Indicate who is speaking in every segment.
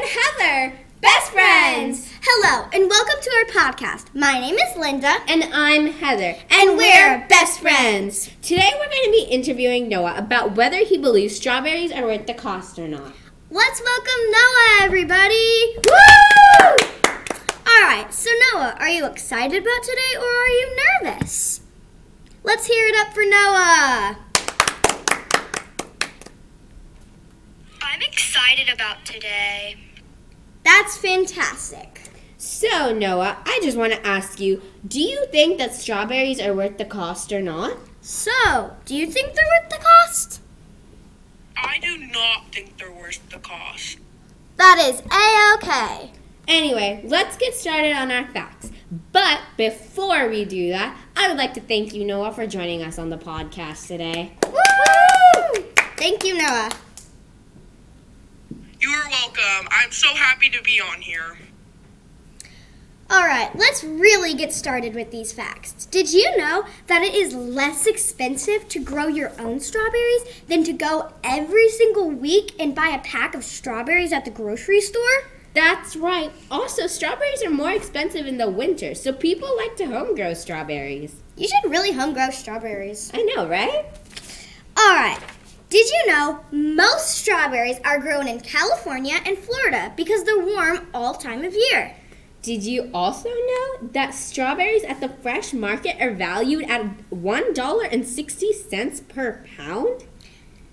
Speaker 1: We're best friends.
Speaker 2: Hello, and welcome to our podcast. My name is Linda.
Speaker 1: And I'm Heather.
Speaker 2: And we're best friends.
Speaker 1: Today we're going to be interviewing Noah about whether he believes strawberries are worth the cost or not.
Speaker 2: Let's welcome Noah, everybody.
Speaker 1: Woo!
Speaker 2: All right, so Noah, are you excited about today or are you nervous? Let's hear it up for Noah.
Speaker 3: I'm excited about today.
Speaker 2: That's fantastic.
Speaker 1: So, Noah, I just want to ask you do you think that strawberries are worth the cost or not?
Speaker 2: So, do you think they're worth the cost?
Speaker 3: I do not think they're worth the cost.
Speaker 2: That is a okay.
Speaker 1: Anyway, let's get started on our facts. But before we do that, I would like to thank you, Noah, for joining us on the podcast today.
Speaker 2: Woo! Thank you, Noah.
Speaker 3: You are welcome. I'm so happy to be on here.
Speaker 2: All right, let's really get started with these facts. Did you know that it is less expensive to grow your own strawberries than to go every single week and buy a pack of strawberries at the grocery store?
Speaker 1: That's right. Also, strawberries are more expensive in the winter, so people like to home grow strawberries.
Speaker 2: You should really home grow strawberries.
Speaker 1: I know, right?
Speaker 2: All right. Did you know most strawberries are grown in California and Florida because they're warm all time of year?
Speaker 1: Did you also know that strawberries at the fresh market are valued at $1.60 per pound?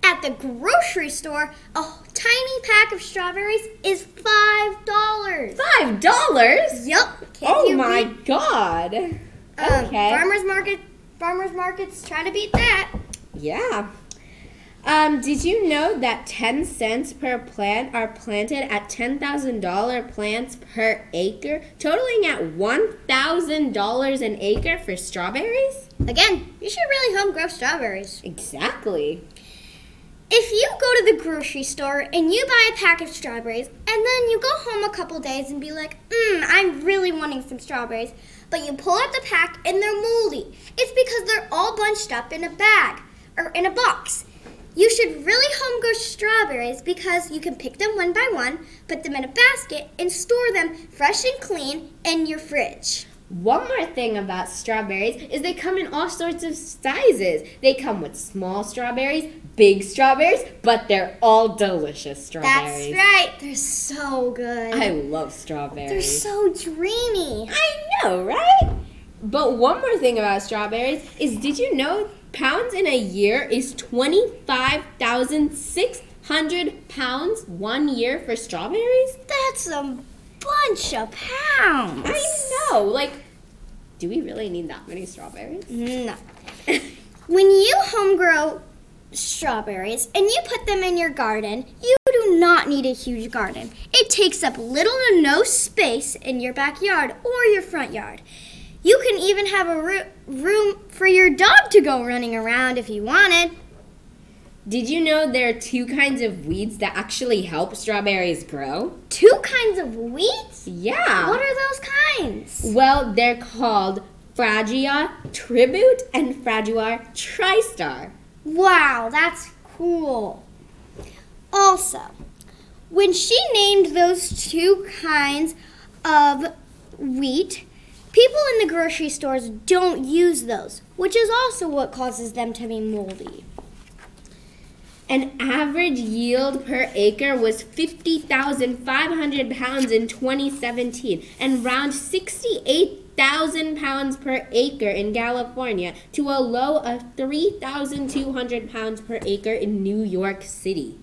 Speaker 2: At the grocery store, a tiny pack of strawberries is $5.
Speaker 1: $5? dollars?
Speaker 2: Yup.
Speaker 1: Oh my god.
Speaker 2: Um,
Speaker 1: Okay.
Speaker 2: Farmers market. Farmers markets try to beat that.
Speaker 1: Yeah. Um, did you know that 10 cents per plant are planted at $10,000 plants per acre, totaling at $1,000 an acre for strawberries?
Speaker 2: Again, you should really home grow strawberries.
Speaker 1: Exactly.
Speaker 2: If you go to the grocery store and you buy a pack of strawberries, and then you go home a couple days and be like, mmm, I'm really wanting some strawberries, but you pull out the pack and they're moldy, it's because they're all bunched up in a bag or in a box. You should really home grow strawberries because you can pick them one by one, put them in a basket, and store them fresh and clean in your fridge.
Speaker 1: One more thing about strawberries is they come in all sorts of sizes. They come with small strawberries, big strawberries, but they're all delicious
Speaker 2: That's
Speaker 1: strawberries.
Speaker 2: right, they're so good.
Speaker 1: I love
Speaker 2: They're
Speaker 1: strawberries.
Speaker 2: so dreamy.
Speaker 1: I know, right? But one more thing about strawberries is did you know pounds in a year is 25,600 pounds one year for strawberries?
Speaker 2: That's a bunch of pounds.
Speaker 1: I know. Like, do we really need that many strawberries?
Speaker 2: No. when you home grow strawberries and you put them in your garden, you do not need a huge garden. It takes up little to no space in your backyard or your front yard. You can even have a roo- room for your dog to go running around if you wanted.
Speaker 1: Did you know there are two kinds of weeds that actually help strawberries grow?
Speaker 2: Two kinds of weeds?
Speaker 1: Yeah.
Speaker 2: What are those kinds?
Speaker 1: Well, they're called Fragia tribute and Fraguar tristar.
Speaker 2: Wow, that's cool. Also, when she named those two kinds of wheat, people in the grocery stores don't use those, which is also what causes them to be moldy.
Speaker 1: An average yield per acre was 50,500 pounds in 2017 and around 68,000 pounds per acre in California to a low of 3,200 pounds per acre in New York City.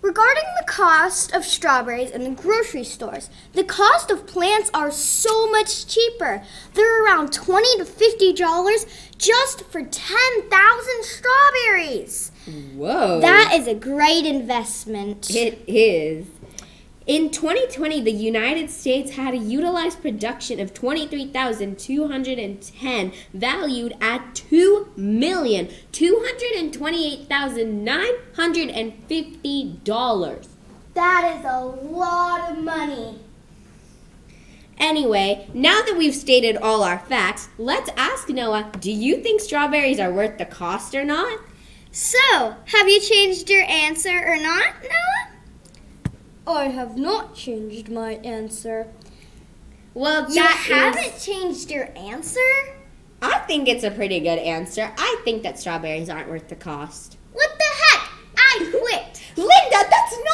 Speaker 2: Regarding the cost of strawberries in the grocery stores, the cost of plants are so much cheaper. They're around 20 to 50 dollars just for 10,000 strawberries.
Speaker 1: Whoa.
Speaker 2: That is a great investment.
Speaker 1: It is. In 2020, the United States had a utilized production of 23,210, valued at 2,228,950 dollars.
Speaker 2: That is a lot of money.
Speaker 1: Anyway, now that we've stated all our facts, let's ask Noah, do you think strawberries are worth the cost or not?
Speaker 2: So, have you changed your answer or not, Noah?
Speaker 4: I have not changed my answer.
Speaker 1: Well,
Speaker 2: You
Speaker 1: that is-
Speaker 2: haven't changed your answer?
Speaker 1: I think it's a pretty good answer. I think that strawberries aren't worth the cost.
Speaker 2: What the heck? I quit.
Speaker 1: Linda, that's